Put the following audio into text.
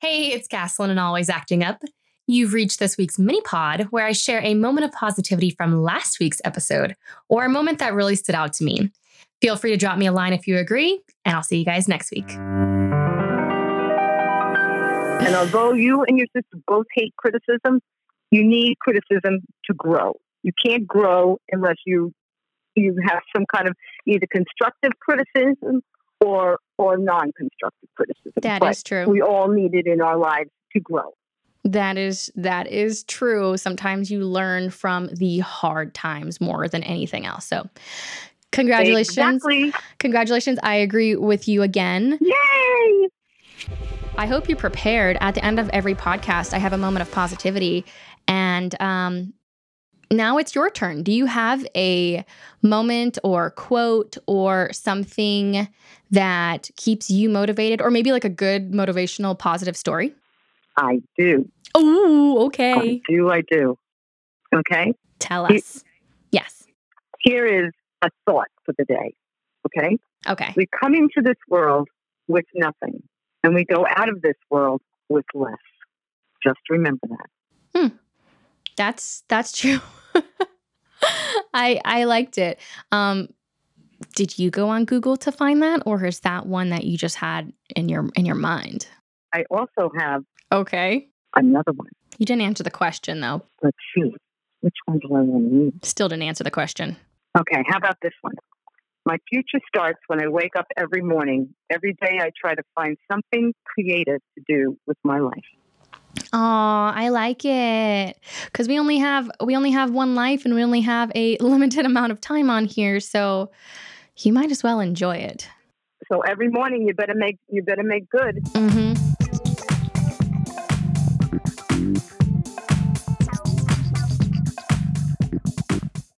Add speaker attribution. Speaker 1: Hey, it's Gaslin and Always Acting Up. You've reached this week's mini pod where I share a moment of positivity from last week's episode or a moment that really stood out to me. Feel free to drop me a line if you agree, and I'll see you guys next week.
Speaker 2: And although you and your sister both hate criticism, you need criticism to grow. You can't grow unless you you have some kind of either constructive criticism or or non-constructive criticism.
Speaker 3: That is
Speaker 2: But
Speaker 3: true.
Speaker 2: We all need it in our lives to grow.
Speaker 3: That is that is true. Sometimes you learn from the hard times more than anything else. So, congratulations.
Speaker 2: Exactly.
Speaker 3: Congratulations. I agree with you again.
Speaker 2: Yay!
Speaker 3: I hope you're prepared. At the end of every podcast, I have a moment of positivity. And um, now it's your turn. Do you have a moment or quote or something that keeps you motivated, or maybe like a good motivational positive story?
Speaker 2: I do.
Speaker 3: Oh, okay.
Speaker 2: I do. I do. Okay.
Speaker 3: Tell
Speaker 2: You-
Speaker 3: us. Yes.
Speaker 2: Here is a thought for the day. Okay.
Speaker 3: Okay.
Speaker 2: We come into this world with nothing, and we go out of this world with less. Just remember that.
Speaker 3: That's that's true. I I liked it. Um did you go on Google to find that or is that one that you just had in your in your mind?
Speaker 2: I also have
Speaker 3: Okay.
Speaker 2: another one.
Speaker 3: You didn't answer the question though.
Speaker 2: Let's see. Which one do I want to read?
Speaker 3: Still didn't answer the question.
Speaker 2: Okay, how about this one? My future starts when I wake up every morning. Every day I try to find something creative to do with my life.
Speaker 3: Oh, I like it. Cuz we only have we only have one life and we only have a limited amount of time on here, so you might as well enjoy it.
Speaker 2: So every morning you better make you better make good.
Speaker 3: Mhm.